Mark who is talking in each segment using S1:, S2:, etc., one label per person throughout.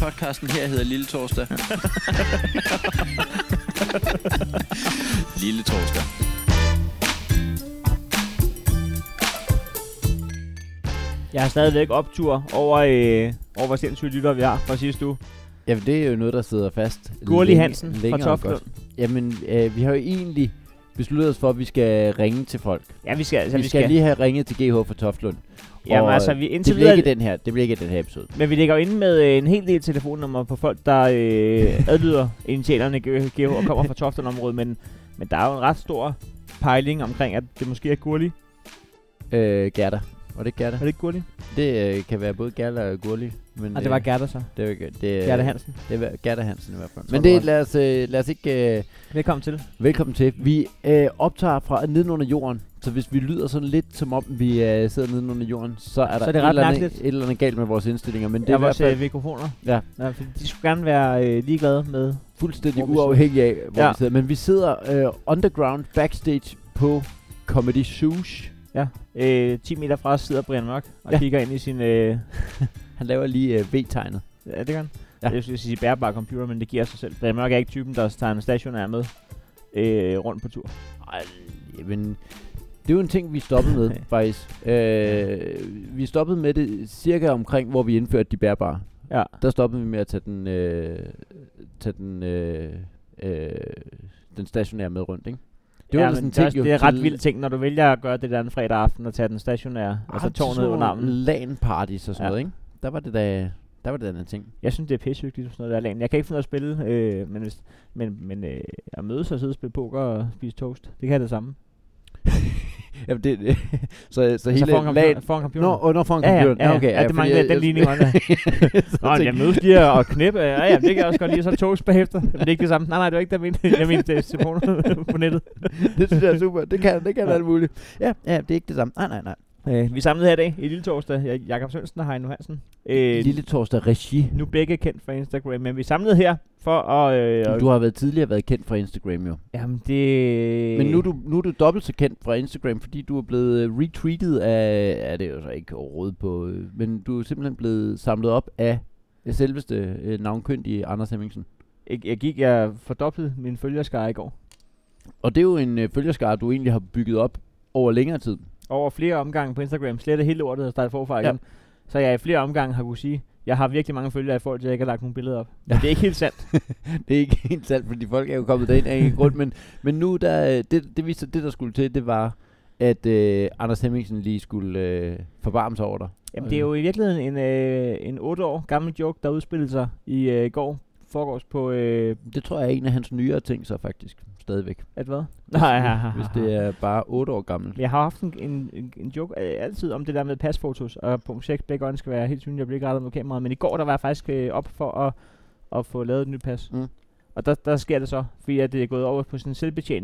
S1: podcasten her hedder Lille Torsdag. Lille Torsdag.
S2: Jeg har stadigvæk optur over, øh, over hvor sindssyge lytter vi har fra sidste uge.
S3: Jamen, det er jo noget, der sidder fast.
S2: Gurli
S3: længe-
S2: Hansen fra
S3: længere end
S2: Toftlund.
S3: godt. Jamen, øh, vi har jo egentlig besluttet os for, at vi skal ringe til folk.
S2: Ja, vi skal, altså,
S3: Så vi, vi skal, skal lige have ringet til GH for Toftlund.
S2: Jamen,
S3: og,
S2: altså,
S3: øh,
S2: vi indtil
S3: Det bliver
S2: videre...
S3: ikke den her, det bliver ikke den her episode.
S2: Men vi ligger jo inde med øh, en hel del telefonnummer på folk, der øh, adlyder initialerne G- GH og kommer fra Toftelområdet, men, men der er jo en ret stor pejling omkring, at det måske er Gurli.
S3: Øh, Gerda. Var det ikke Gerda?
S2: Er det ikke Gurli?
S3: Det øh, kan være både Gerda og Gurli. Men,
S2: Og det var Gerda så.
S3: Øh, det var ikke- det, øh,
S2: Gerda Hansen.
S3: Det var Gerda Hansen i hvert fald.
S2: Tror
S3: Men
S2: du
S3: det,
S2: også.
S3: lad os, øh, lad os ikke... Øh,
S2: Velkommen til.
S3: Velkommen til. Vi øh, optager fra nedenunder jorden, så hvis vi lyder sådan lidt som om vi øh, sidder nedenunder jorden, så er der
S2: Så er det
S3: et,
S2: ret
S3: eller andet,
S2: mærkeligt.
S3: et eller andet galt med vores indstillinger, men det
S2: Det
S3: er
S2: er
S3: i hvert
S2: vores
S3: fald
S2: øh, mikrofoner.
S3: Ja.
S2: ja fordi de skulle gerne være øh, ligeglade med...
S3: fuldstændig
S2: hvor vi sidder.
S3: uafhængigt af, hvor
S2: Ja.
S3: vi sidder. Men vi sidder øh, underground backstage på Comedy Sush.
S2: Øh, 10 meter fra os sidder Brian Mørk og
S3: Ja.
S2: ja. kigger ind i sin... Øh,
S3: Han laver lige øh, V-tegnet.
S2: Ja, det gør han.
S3: Ja.
S2: Ja. Jeg skulle sige bærbar computer, men det giver sig selv. Brian Mørk er ikke typen, der tager en stationær med øh, rundt på tur.
S3: Ej, Jamen, det er jo en ting, vi stoppede med, faktisk. Øh, vi stoppede med det cirka omkring, hvor vi indførte de bærbare.
S2: Ja.
S3: Der stoppede vi med at tage den, øh, tage den, øh, øh, den stationære med rundt, ikke? Det var
S2: ja,
S3: ellers
S2: men
S3: en
S2: det, er,
S3: ting,
S2: også-
S3: jo,
S2: det er
S3: til-
S2: ret vild ting, når du vælger at gøre det der en fredag aften og tage den stationære, og så
S3: Ah, til sådan
S2: tårnet under
S3: nogle
S2: armen.
S3: LAN-parties og sådan
S2: Ja.
S3: noget, ikke? Der var det da, der var det da en anden ting.
S2: Jeg synes, det er pissehyggeligt, sådan noget der land. Jeg kan ikke finde ud af at spille, øh, men, hvis, men, men øh, at mødes og sidde og spille poker og spise toast, det kan jeg det samme.
S3: Jamen, det, så, så hele
S2: altså foran,
S3: LAN...
S2: computer, foran computer.
S3: Nå, under foran
S2: ja, ja,
S3: computeren.
S2: ja, ja,
S3: okay.
S2: ja, det
S3: fordi
S2: mangler
S3: jeg-
S2: den
S3: jeg-
S2: ligning også.
S3: så
S2: Nå,
S3: tænkte-
S2: jeg mødes lige og knippe. Ja, ja, det kan jeg også godt lide. Så toast bagefter. Men det er ikke det samme. Nej, nej, det var ikke det, jeg mente. Jeg mente det er telefoner på nettet.
S3: det synes jeg er super. Det kan, det kan alt muligt. Ja, ja, det er ikke det samme. Nej, nej, nej.
S2: Øh, vi er samlet her i dag i Lille Torsdag. Jeg- Jakob Sørensen og Heino Hansen. Øh,
S3: Lille Torsdag Regi.
S2: Nu er begge kendt fra Instagram, men vi er samlet her for at... Øh,
S3: Du har været tidligere været kendt fra Instagram jo.
S2: Jamen, det...
S3: Men nu er, du, nu er du dobbelt så kendt fra Instagram, fordi du er blevet øh, retweetet af... Ja, det er jo så ikke overhovedet på... øh, Men du er simpelthen blevet samlet op af selveste øh, navnkyndige Anders Hemmingsen.
S2: Jeg, jeg gik... Jeg fordoblede min følgerskare i går.
S3: Og det er jo en øh, følgerskare, du egentlig har bygget op over længere tid.
S2: Over flere omgange på Instagram. Slet hele lortet og startede forfra igen. Så jeg i flere omgange har kunne sige... Jeg har virkelig mange følgere i forhold til, at jeg ikke har lagt nogle billeder op. Men
S3: Ja.
S2: det er ikke helt sandt.
S3: Det er ikke helt sandt, fordi folk er jo kommet derind af en grund, men, men nu, der, øh, det, det viste sig, det der skulle til, det var, at øh, Anders Hemmingsen lige skulle øh, forvarme sig over dig.
S2: Jamen, det er
S3: Øh.
S2: jo i virkeligheden en, øh, en 8 år gammel joke, der udspillede sig i øh, går forgårs på... Øh,
S3: Det tror jeg er en af hans nyere ting så faktisk, stadigvæk.
S2: at hvad? Nej,
S3: Hvis det er bare 8 år gammel.
S2: Men Jeg har haft en, en, en- en joke øh, altid om det der med pasfotos, og punkt 6, begge øjne skal være helt synlige, jeg bliver ikke rettet mod kameraet, men i går der var jeg faktisk øh, op for at, at få lavet et nyt pas.
S3: Mm.
S2: Og der, der sker det så, fordi at det er gået over på sådan en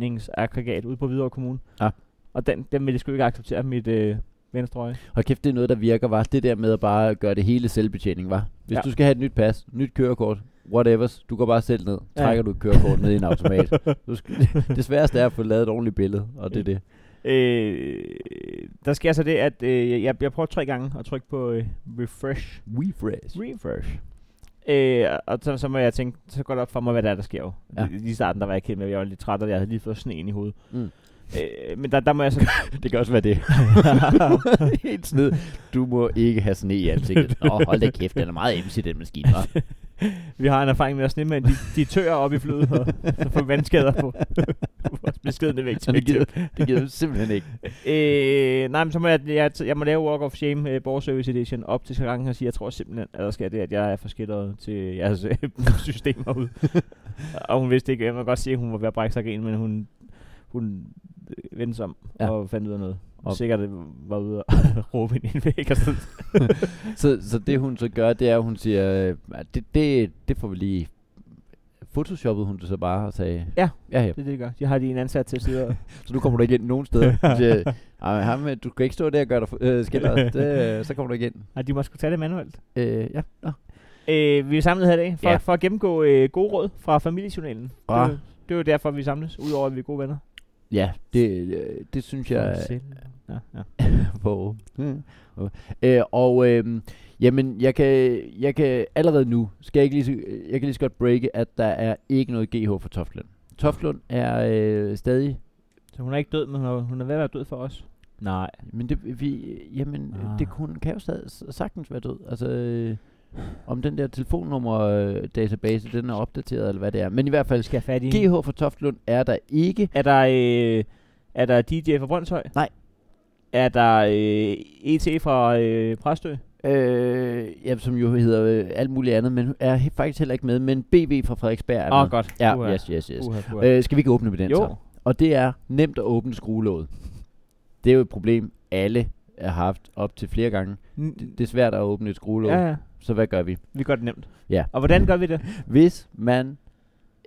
S2: selvbetjeningsaggregat ude på Hvidovre Kommune.
S3: Ja.
S2: Og den, den ville jeg sgu ikke acceptere mit øh, venstre øje.
S3: Hold kæft, det er noget, der virker, var Det der med at bare gøre det hele selvbetjening, var Hvis
S2: Ja.
S3: du skal have et nyt pas, nyt kørekort, whatever, du går bare selv ned,
S2: Ja.
S3: trækker du et kørekort ned i en automat. Du skal, det sværeste er at få lavet et ordentligt billede, og det er det.
S2: Øh, der sker så det, at øh, jeg, jeg prøver tre gange at trykke på øh, refresh.
S3: Refresh.
S2: Refresh. Øh, og- og så, så må jeg tænke, så går det op for mig, hvad der er, der sker jo.
S3: Ja.
S2: Ja. Lige i starten, der var jeg ked med, at jeg var lidt træt, og jeg havde lige fået sneen i hovedet.
S3: Mm.
S2: Øh, men der, der må jeg så...
S3: Det kan også være det. Helt sned. Du må ikke have sne i ansigtet. Åh, hold da kæft, den er meget emsig, den maskine, hva'?
S2: vi har en erfaring med at snemænd, de, de tør op i flyet, og så får vandskader på på vores beskedende vægt.
S3: Det gider, det gider du simpelthen ikke.
S2: Øh, nej, men så må jeg, jeg, jeg må lave Walk of Shame øh, Borg Service Edition op til skranken og sige, jeg tror simpelthen, at der sker det, at jeg er forskilleret til jeres øh, systemer ud. og hun vidste ikke, jeg må godt sige, at hun var ved at brække sig af grin, men hun, hun øh, vendte sig om
S3: Ja.
S2: ja. og fandt ud af noget.
S3: Og-
S2: Og sikkert øh, var ude og råbe ind i en væg og sådan.
S3: Så, så det hun så gør, det er, at hun siger, øh, at det, det, det får vi lige... Photoshoppede hun det så bare og sagde...
S2: Ja.
S3: Ja, ja.
S2: Det er det, de gør. De har de en ansat til at sidde og...
S3: Så nu kommer du ikke ind nogen steder. Hun siger, "Ej, men ham, øh, du skal ikke stå der og gøre dig fu- øh, skiller. Det, øh, så kommer du ikke ind.
S2: Ej, de må sgu tage det manuelt.
S3: Øh, ja. Nå.
S2: Øh, vi er samlet her i dag for,
S3: Ja.
S2: ja. for at gennemgå øh, gode råd fra familiejournalen.
S3: Ah.
S2: Det, er jo- det er jo derfor, vi samles, udover at vi er gode venner.
S3: Ja, det, øh, det synes jeg...
S2: Selv. ja, ja.
S3: Hvor? øh, og øh, jamen, jeg kan, jeg kan allerede nu, skal jeg, ikke lige, så- jeg kan lige så godt breake, at der er ikke noget GH for Toftlund. Toftlund er øh, stadig,
S2: Så hun er ikke død, men hun er, hun er ved at være død for os. Nej.
S3: men det, vi, jamen, ah.
S2: Ah.
S3: det kunne, kan jo stadig s- sagtens være død. Altså, øh, om den der telefonnummer-database, den er opdateret, eller hvad det er. Men i hvert fald,
S2: Skal jeg fat i hende?
S3: GH for Toftlund er der ikke.
S2: Er der, øh, er der DJ fra Brøndshøj?
S3: Nej.
S2: Er der øh, ET fra øh, Præstø?
S3: Øh, ja, som jo hedder øh, alt muligt andet, men er he- faktisk heller ikke med. Men BV fra Frederiksberg er
S2: Åh,
S3: med.
S2: oh, godt.
S3: Ja,
S2: Uha.
S3: yes, yes, yes.
S2: Uha, uha.
S3: Øh, skal vi ikke åbne med den
S2: jo.
S3: så? Og det er nemt at åbne skruelåget. Det er jo et problem, alle har haft op til flere gange. Det er svært at åbne et skruelåg,
S2: Ja,
S3: ja.
S2: ja.
S3: så hvad gør vi?
S2: Vi gør det nemt.
S3: Ja.
S2: Og hvordan gør vi det?
S3: Hvis man...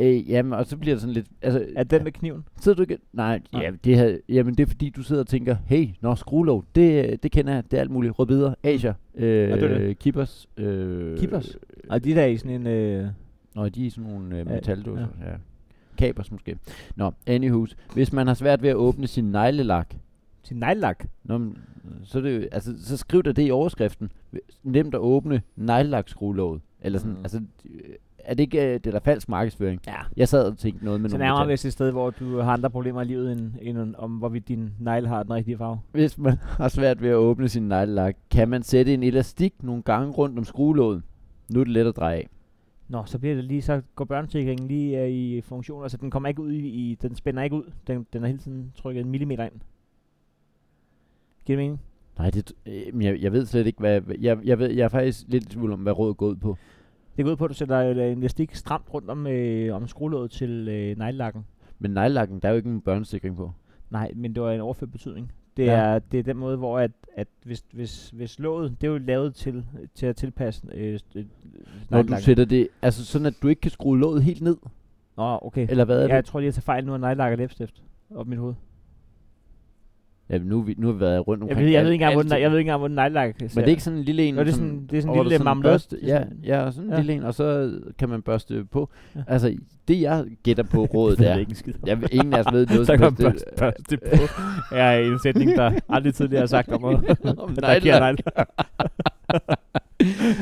S3: Øh, jamen, og så bliver det sådan lidt... Altså,
S2: Er den med kniven?
S3: sidder du ikke... Nej,
S2: Nej.
S3: ja, det her, jamen det er fordi, du sidder og tænker, hey, nå, skruelåg, det, øh, det kender jeg, det er alt muligt. Rødbeder, Asia, øh,
S2: det er
S3: Kippers. Øh,
S2: Kippers? Og de der er i sådan en... Øh,
S3: Nå, de er sådan nogle øh,
S2: Ja,
S3: metaldåser. Ja. ja. Kapers måske. Nå, anyhows. Hvis man har svært ved at åbne sin neglelak,
S2: sin neglelak.
S3: Nå, men, øh, så, er det, jo- altså, så skriv der det i overskriften. V- Nemt at åbne neglelakskruelåget. Eller sådan, mm.
S2: Mm.
S3: altså, øh, er det ikke, øh, det er da falsk markedsføring?
S2: Ja.
S3: Jeg sad og tænkte noget med
S2: Så
S3: nogle
S2: nærmer vi
S3: metal.
S2: os et sted, hvor du har andre problemer i livet, end, end om, hvorvidt din negle har den rigtige farve.
S3: Hvis man har svært ved at åbne sin neglelak, kan man sætte en elastik nogle gange rundt om skruelåget. Nu er det let at dreje af.
S2: Nå, så bliver det lige, så går børnesikringen lige er i funktion, altså den kommer ikke ud i, i den spænder ikke ud, den, den er hele tiden trykket en millimeter ind. Giver det mening?
S3: Nej, det, øh, men jeg, jeg ved slet ikke, hvad... hvad- Jeg, jeg, ved, jeg er faktisk lidt i tvivl om, hvad rådet går ud på.
S2: Det går ud på, at du sætter øh, en elastik stramt rundt om, øh, om skruelåget til øh, neglelakken.
S3: Men neglelakken, der er jo ikke en børnesikring på.
S2: Nej, men det var en overført betydning. Det,
S3: Ja.
S2: ja. er, det er den måde, hvor at, at hvis, hvis, hvis låget, det er jo lavet til, til at tilpasse øh, st- øh,
S3: Når du
S2: neglelakken.
S3: sætter det... Altså sådan, at du ikke kan skrue låget helt ned.
S2: Nå, okay.
S3: Eller hvad er
S2: Ja,
S3: det?
S2: jeg tror lige, jeg tager fejl nu af neglelak og læbstift op i mit hoved.
S3: Ja, nu, er vi, nu har vi været rundt
S2: Jeg
S3: omkring...
S2: ved, jeg,
S3: alt-
S2: ved ikke engang, hvor
S3: alt-
S2: den, jeg ved ikke engang, hvor den neglelak
S3: Men det er ikke sådan en lille en.
S2: Nå, det er
S3: som-
S2: sådan- det er sådan en
S3: hvor der
S2: lille marmelade.
S3: børste-
S2: Det er
S3: Ja,
S2: sådan-
S3: ja, og sådan en
S2: ja.
S3: lille en, og så kan man børste på.
S2: Ja.
S3: Altså, det jeg gætter på rådet
S2: det er
S3: er,
S2: ikke en skid.
S3: jeg ved, ingen af os ved
S2: Så
S3: noget. som
S2: kan man
S3: helst.
S2: børste, børste på. Ja, en sætning, der aldrig tidligere har sagt om noget.
S3: Om
S2: Der er
S3: neglelak.
S2: Kjær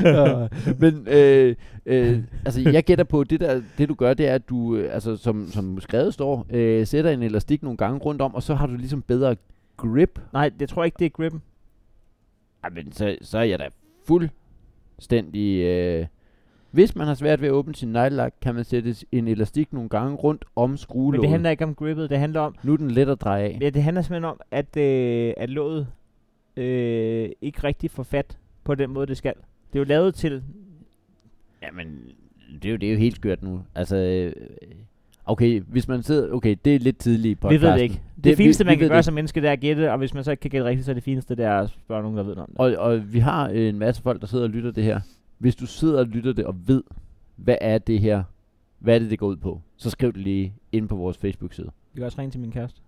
S3: Ja, Men øh, øh, altså, jeg gætter på, det, der, det du gør, det er, at du, øh, altså, som, som skrevet står, øh, sætter en elastik nogle gange rundt om, og så har du ligesom bedre grip.
S2: Nej, det tror jeg ikke, det er grippen.
S3: Ej, men så, så er jeg da fuldstændig... Øh, hvis man har svært ved at åbne sin neglelak, kan man sætte en elastik nogle gange rundt om
S2: Men det
S3: skruelåget.
S2: handler ikke om grippet, det handler om,
S3: Nu er den let at dreje af.
S2: ja, det handler simpelthen om, at, øh, at låget øh, ikke rigtig får fat på den måde, det skal. Det er jo lavet til,
S3: Jamen, det er jo, det er jo helt skørt nu. Altså, øh, okay, hvis man sidder... Okay, det er lidt tidligt på
S2: vi ved det ikke. Det,
S3: Det- vi-
S2: det fineste,
S3: vi
S2: man
S3: ved
S2: kan
S3: det
S2: gøre som menneske, det er at gætte, og hvis man så ikke kan gætte rigtigt, så er det fineste, det er at spørge nogen, der ved noget om det.
S3: Og, og vi har øh, en masse folk, der sidder og lytter det her. Hvis du sidder og lytter det og ved, hvad er det her? Hvad er det, det går ud på? Så skriv det lige ind på vores Facebook-side.
S2: Vi kan også ringe til min kæreste.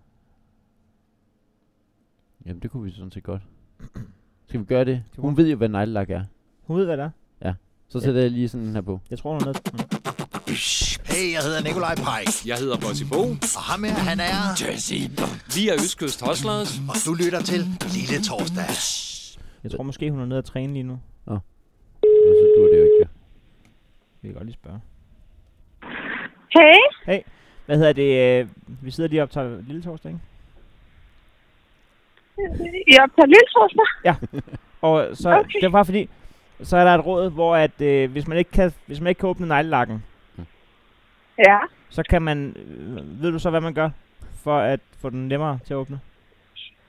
S3: Jamen, det kunne vi sådan set godt. Skal vi gøre det?
S2: Det
S3: Hun
S2: må-
S3: ved jo, hvad neglelak er.
S2: Hun ved, hvad det er.
S3: Så
S2: Ja.
S3: sætter jeg lige sådan en her på.
S2: Jeg tror, hun er noget. Mm.
S1: Hey, jeg hedder Nikolaj Pajk,
S4: Jeg hedder Bossy Bo.
S1: og ham her, han er...
S4: Vi er Østkyst Hustlers.
S1: Og du lytter til Lille Torsdag.
S2: Jeg tror måske, hun er nede at træne lige nu.
S3: Og så dur det jo ikke.
S2: Vi kan godt lige spørge.
S5: Hey,
S2: Hvad hedder det? Øh, vi sidder lige og optager Lille Torsdag, ikke?
S5: jeg er Pernille Torsner.
S2: Og så,
S5: Okay.
S2: okay. det var bare fordi, så er der et råd, hvor at, øh, hvis, man ikke kan, hvis man ikke kan åbne neglelakken,
S5: Ja.
S2: så kan man, øh, ved du så, hvad man gør, for at få den nemmere til at åbne?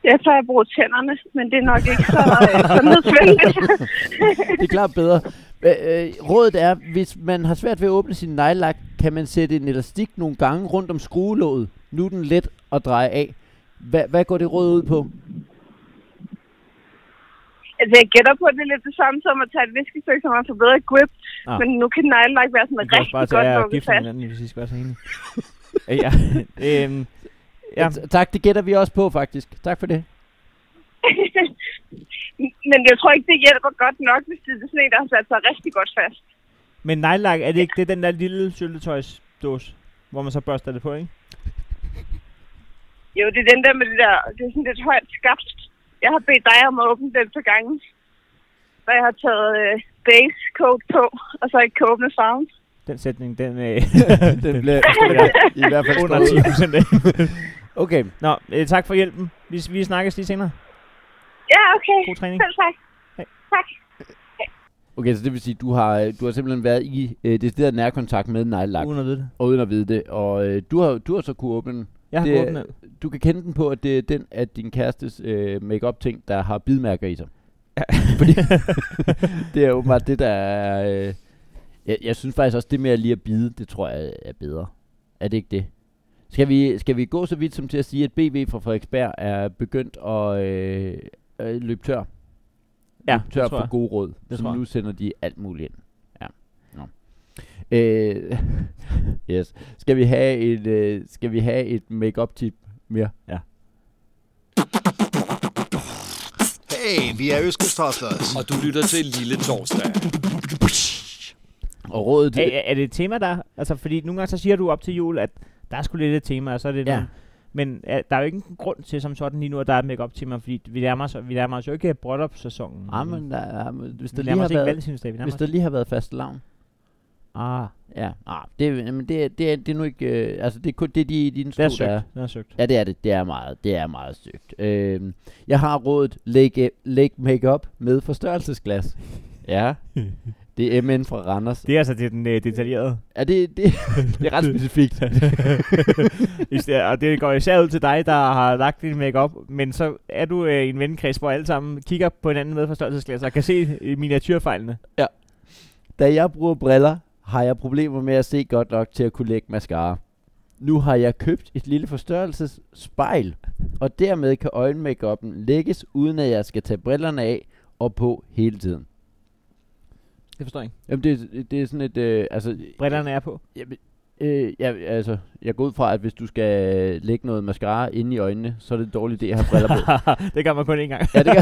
S5: Jeg tror, jeg bruger tænderne, men det er nok ikke så øh, sundhedsvenligt.
S3: Det er klart bedre. Øh, øh, rådet er, hvis man har svært ved at åbne sin neglelak, kan man sætte en elastik nogle gange rundt om skruelåget. Nu er den let at dreje af. Hva, hvad går det råd ud på?
S5: altså, jeg gætter på, at det er lidt det samme som at tage et viskestykke, så man får bedre grip.
S2: Ah.
S5: Ah. Men nu kan negle ikke være
S2: Vi
S5: sådan
S2: kan også
S5: rigtig
S2: bare
S5: godt
S2: tage og
S5: lukket
S2: gifte
S5: fast.
S2: hinanden, hvis I skal være så enige. Øh, ja, øhm,
S3: Ja.
S2: Ja.
S3: Tak, det gætter vi også på faktisk. Tak for det.
S5: men jeg tror ikke, det hjælper godt nok, hvis det er sådan en, der har sat sig rigtig godt fast.
S2: men neglelak, er det ikke det er den der lille syltetøjsdåse, hvor man så børster det på, ikke?
S5: Jo, det er den der med det der, det er sådan lidt højt skabt Jeg har bedt dig om at åbne den for gangen. Og jeg har taget øh, base coat på, og så ikke kan åbne farven.
S2: Den sætning, den øh,
S3: den bliver
S2: jeg
S3: i hvert fald
S2: under
S3: skåret.
S2: 10 procent af.
S3: Okay,
S2: Nå, øh, tak for hjælpen. Vi, vi snakkes lige senere.
S5: Ja, okay.
S2: God træning.
S5: Selv tak.
S3: okay, så det vil sige, du har, øh, du har simpelthen været i øh, det der nærkontakt med neglelak,
S2: Uden at vide det.
S3: og uden at vide det, og øh, du, har, du har så kunne åbne den.
S2: Jeg har
S3: Det-
S2: det, åbnet.
S3: Du kan kende den på, at det er den af din kærestes øh, makeup ting der har bidmærker i sig. Fordi det er åbenbart det, der er... Øh, jeg, jeg synes faktisk også, det med at lige at bide, det tror jeg er bedre. Er det ikke det? Skal vi, skal vi gå så vidt som til at sige, at BV fra Frederiksberg er begyndt at øh, øh, løbe tør?
S2: Ja,
S3: løbe tør
S2: det tror
S3: for
S2: jeg.
S3: gode råd.
S2: Det
S3: så
S2: tror jeg.
S3: nu sender de alt muligt ind. Ja. Nå. Øh, yes. Skal vi have et, øh, skal vi have et makeup tip mere?
S1: Hey, vi er Øskes Torsdags.
S4: Og du lytter til Lille Torsdag.
S3: Og rådet...
S2: Er, er, er det et tema, der... Altså, fordi nogle gange så siger du op til jul, at der er sgu lidt et tema, og så er det
S3: Ja.
S2: nogle, Men er, der er jo ikke en grund til som sådan lige nu, at der er make tema, fordi vi nærmer os, vi nærmer os jo ikke bryllup-sæsonen.
S3: Ah, men, der, ah, men, hvis,
S2: vi
S3: der lige
S2: nærmer
S3: har
S2: os ikke
S3: været,
S2: valgtinsdag, vi nærmer
S3: hvis
S2: os...
S3: der lige har været fast lavn.
S2: Ah,
S3: Ja, ah, det, er- jamen, det, er- det, er, det er nu ikke... Øh, altså, det er kun det, de i dine
S2: det er
S3: stol, der er.
S2: søgt. Det er søgt.
S3: Ja, det er det. Det er meget, det er meget søgt. Øhm, jeg har rådet lægge, læg makeup med forstørrelsesglas. Ja. Det er MN fra Randers.
S2: Det er altså det, er den øh, detaljerede.
S3: Er det, det, det er ret specifikt.
S2: Især- og det går især ud til dig, der har lagt din makeup, men så er du øh, i en vennekreds, hvor alle sammen kigger på hinanden med forstørrelsesglas og kan se øh, miniatyrfejlene.
S3: Da jeg bruger briller, har jeg problemer med at se godt nok til at kunne lægge mascara. Nu har jeg købt et lille forstørrelsesspejl, og dermed kan øjenmakeupen lægges, uden at jeg skal tage brillerne af og på hele tiden.
S2: Det forstår jeg ikke.
S3: Jamen, det, det er sådan et... Øh, altså,
S2: Brillerne er på.
S3: Jamen, øh, ja, altså, jeg går ud fra, at hvis du skal lægge noget mascara inde i øjnene, så er det en dårlig idé at have briller på.
S2: det gør man kun én gang.
S3: ja, det gør.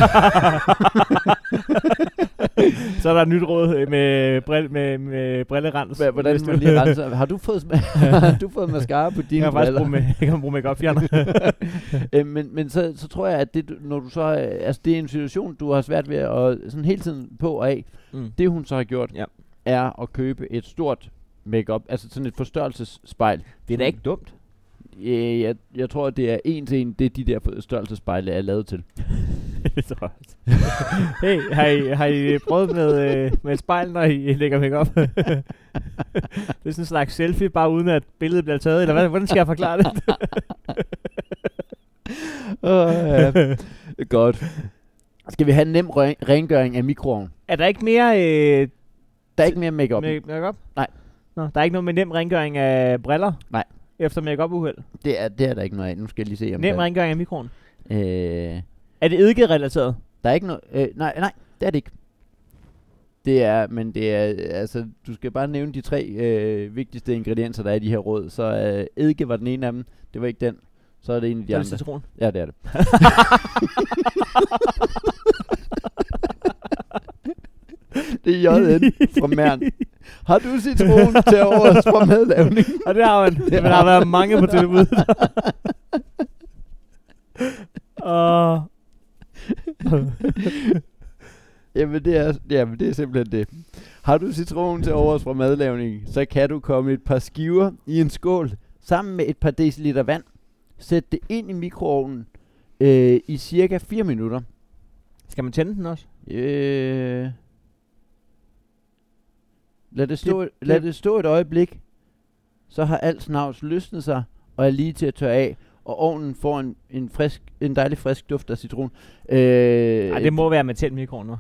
S2: så er der et nyt råd øh, med, bril, med, med brillerens.
S3: Hva- Hvordan man lige renser. Har du fået, sma- har du fået mascara på
S2: jeg
S3: dine
S2: kan faktisk
S3: briller?
S2: bruge, med, jeg kan bruge make fjerner.
S3: øh, men men så, så tror jeg, at det, du- når du så, øh, altså, det er en situation, du har svært ved at sådan hele tiden på og af.
S2: mm.
S3: Det hun så har gjort,
S2: Ja.
S3: er at købe et stort makeup, altså sådan et forstørrelsesspejl.
S2: Det er da ikke dumt.
S3: Øh, jeg, jeg tror, det er en til en, det de der forstørrelsesspejle er lavet til.
S2: det tror jeg også. hey, har I, har I øh, prøvet med, øh, med et spejl, når I lægger make op? det er sådan en slags selfie, bare uden at billedet bliver taget, eller hvad, hvordan skal jeg forklare det?
S3: Åh, ja. Godt. Skal vi have en nem ren- rengøring af mikroovnen?
S2: er der ikke mere øh,
S3: Der er ikke mere makeup.
S2: make- make-up?
S3: Nej.
S2: Nå, der er ikke noget med nem rengøring af briller?
S3: Nej.
S2: Efter make-up uheld?
S3: Det er, det er der ikke noget af. Nu skal jeg lige se, om
S2: Nem
S3: der,
S2: rengøring af mikroen.
S3: øh,
S2: Er det eddike-relateret?
S3: der er ikke noget... Øh, nej, nej, det er det ikke. Det er, men det er, øh, altså, du skal bare nævne de tre øh, vigtigste ingredienser, der er i de her råd. Så øh, eddike var den ene af dem, det var ikke den. Så er det en af de
S2: Eller
S3: andre.
S2: citron?
S3: Ja, det er det. det er JN fra Mern. Har du citron til overs fra madlavning?
S2: Og det har man. Men der har været mange på tilbud. og
S3: Jamen det, er, jamen, det er simpelthen det. Har du citron til overs fra madlavning, så kan du komme et par skiver i en skål sammen med et par deciliter vand. Sæt det ind i mikroovnen øh, i cirka 4 minutter.
S2: skal man tænde den også?
S3: Øh... Lad det, stå, det, lad
S2: det-
S3: det stå et øjeblik, så har alt snavs løsnet sig, og er lige til at tørre af, og ovnen får en, en, frisk, en dejlig frisk duft af citron. Øh,
S2: Ej, det må være med tændt mikroen nu.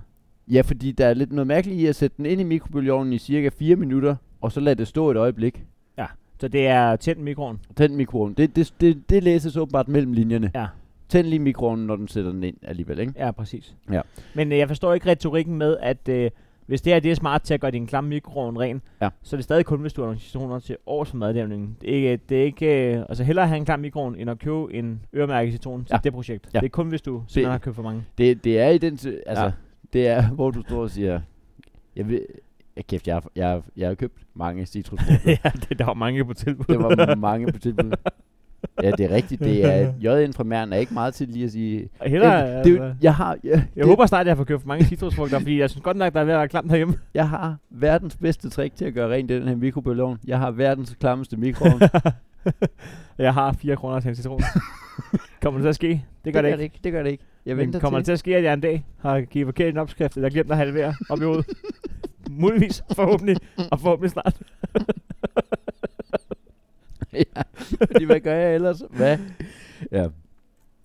S3: Ja, fordi der er lidt noget mærkeligt i at sætte den ind i mikrobølgeovnen i cirka 4 minutter, og så lade det stå et øjeblik.
S2: Så det er tændt mikroen.
S3: Tænd mikroovnen. Det, det, det, det læses åbenbart mellem linjerne.
S2: Ja.
S3: Tænd lige mikroovnen, når den sætter den ind alligevel, ikke?
S2: Ja, præcis.
S3: Ja.
S2: Men øh, jeg forstår ikke retorikken med, at øh, hvis det her det er smart til at gøre din klamme mikroovn ren,
S3: Ja.
S2: så er det stadig kun, hvis du har nogle citroner til års for madlavningen. Det er ikke, det er ikke øh, altså hellere have en klam mikroovn, end at købe en øremærket citron til
S3: Ja.
S2: det projekt.
S3: Ja.
S2: Det er kun, hvis du simpelthen har købt for mange.
S3: Det, det er i den... si- Altså, ja.
S2: Ja.
S3: det er, hvor du står og siger... Jeg ved... Ja, kæft, jeg har, jeg, har, jeg har købt mange citrusfrugter.
S2: ja, det, der var mange på tilbud.
S3: det var mange på tilbud. Ja, det er rigtigt. Det er, JN fra Mæren er ikke meget til lige at sige...
S2: Heller,
S3: Øh, det, er jo-
S2: altså.
S3: jeg har, jeg,
S2: Jeg håber snart, jeg har fået købt for mange citrusfrugter, fordi jeg synes godt nok, der er ved at være klamt derhjemme.
S3: jeg har verdens bedste trick til at gøre rent i den her mikrobølgeovn. Jeg har verdens klammeste mikroovn.
S2: jeg har 4 kroner til en citron. kommer det til at ske? Det gør det, ikke.
S3: Det gør det ikke. Jeg venter
S2: Men kommer det til at ske, at jeg en dag har givet forkert en opskrift, eller glemt at halvere op i hovedet? Muligvis, forhåbentlig, og forhåbentlig snart.
S3: Fordi hvad gør jeg ellers? Hvad? Ja.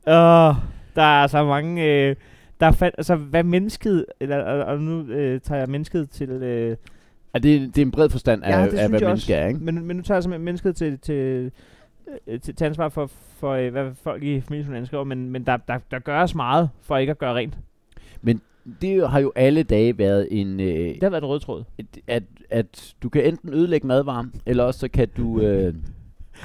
S2: Åh, der er så mange... Øh, der er fat, altså, hvad mennesket... Eller, og, og nu øh, tager jeg mennesket til... Øh,
S3: Er det, det er en bred forstand af,
S2: Ja, det
S3: af
S2: synes
S3: hvad
S2: jeg
S3: menneske er, ikke?
S2: men, men nu tager jeg simpelthen mennesket til... til øh, til, til ansvar for, for øh, hvad folk i familien skriver, men, men der, der, der gøres meget for ikke at gøre rent.
S3: Det har jo alle dage været en... Øh,
S2: Det har været en rød tråd.
S3: at, at, at du kan enten ødelægge madvarmen, eller også så kan du... Øh,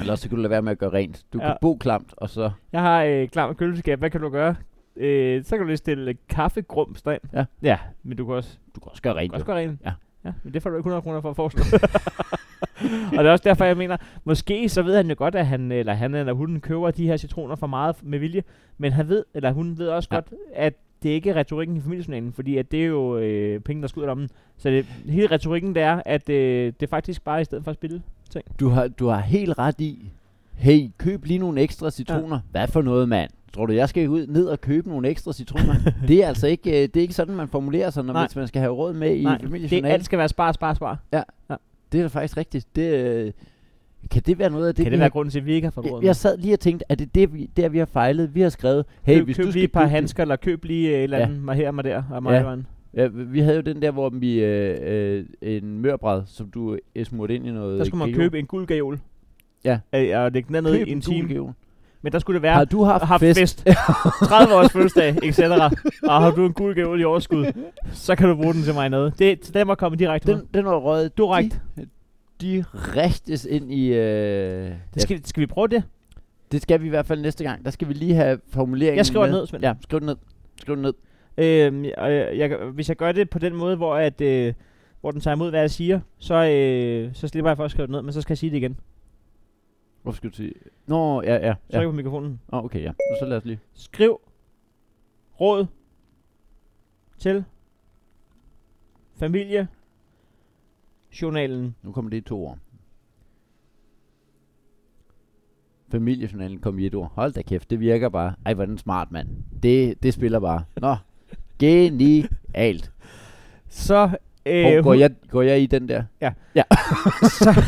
S3: eller også så kan du lade være med at gøre rent. Du ja.
S2: Ja.
S3: kan bo klamt, og så...
S2: Jeg har øh, klar med køleskab. Hvad kan du gøre? Øh, så kan du lige stille øh, kaffegrums derind.
S3: Ja.
S2: ja, men du kan også
S3: Du kan også gøre rent.
S2: Godt
S3: jo.
S2: gøre rent.
S3: Ja.
S2: ja. Men det får du ikke 100 kroner for at foreslå. og det er også derfor, jeg mener, måske så ved han jo godt, at han eller, han eller hun køber de her citroner for meget f- med vilje, men han ved, eller hun ved også
S3: Ja.
S2: ja. godt, at det ikke er retorikken i familiejournalen, fordi at det er jo øh, penge, der skal ud af lommen. Så det, hele retorikken, det er, at øh, det er faktisk bare i stedet for at spille.
S3: Du har, du har helt ret i. Hey, køb lige nogle ekstra citroner. Ja. Hvad for noget, mand? Tror du, jeg skal ud ned og købe nogle ekstra citroner? det er altså ikke, øh, det er ikke sådan, man formulerer sig, når
S2: Nej.
S3: hvis man skal have råd med i
S2: Nej, det
S3: familiejournalen.
S2: alt skal være spar, spar, spar.
S3: Det er da faktisk rigtigt. Det, øh, kan det være noget af det,
S2: Det kan
S3: vi
S2: det
S3: har-
S2: være grunden til, at vi ikke har forbrugt?
S3: jeg, jeg sad lige og tænkte, er det det, vi, der vi har fejlet? Vi har skrevet, hey,
S2: køb,
S3: hvis
S2: køb
S3: du skal
S2: lige et par
S3: bygge-
S2: handsker, eller køb lige øh, et eller
S3: Ja.
S2: andet, mig her, mig der, og mig
S3: Ja.
S2: ja.
S3: Ja, vi vi havde jo den der, hvor vi øh, øh, en mørbræd, som du øh, smurte ind i noget
S2: Der skulle man
S3: geol.
S2: købe en guldgajol.
S3: Ja.
S2: Øh, og lægge den dernede
S3: Køb
S2: i en
S3: gul
S2: time.
S3: geol.
S2: Men der skulle det være,
S3: Har du haft,
S2: haft fest.
S3: fest?
S2: fest. 30 års fødselsdag, etc. Og har du en guld gave i overskud, så kan du bruge den til mig nede. Det, til den må komme direkte med.
S3: Den, den var røget
S2: Direkt.
S3: direktes ind i... Øh,
S2: Det skal, skal vi prøve det?
S3: ja, det skal vi i hvert fald næste gang. Der skal vi lige have formuleringen
S2: Jeg skriver
S3: med.
S2: ned, Svend.
S3: Ja, skriv den ned. Skriv den ned.
S2: Øhm, og jeg, jeg, hvis jeg gør det på den måde, hvor, at, øh, hvor den tager imod, hvad jeg siger, så, øh, så slipper jeg for at skrive det ned, men så skal jeg sige det igen. Så
S3: Hvorfor skal du sige... Nå, ja, ja.
S2: ja.
S3: ja.
S2: på mikrofonen.
S3: Åh, okay, ja. Så lad os lige...
S2: Skriv råd til familie journalen.
S3: Nu kommer det i to år. Familiejournalen kom i et ord. Hold da kæft, det virker bare. Ej, hvor er den smart, mand. Det, det spiller bare. Nå, genialt.
S2: Så øh,
S3: Hvor, går,
S2: hu-
S3: jeg, går jeg i den der?
S2: så,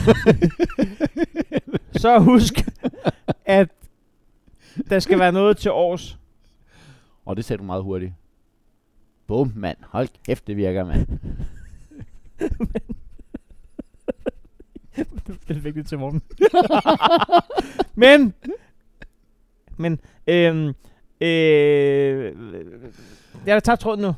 S2: så husk, at der skal være noget til års.
S3: Og det sagde du meget hurtigt. Bum, mand. Hold kæft, det virker, mand.
S2: Det fik det til morgen. men, men, øhm, øh, jeg har tabt tråden nu.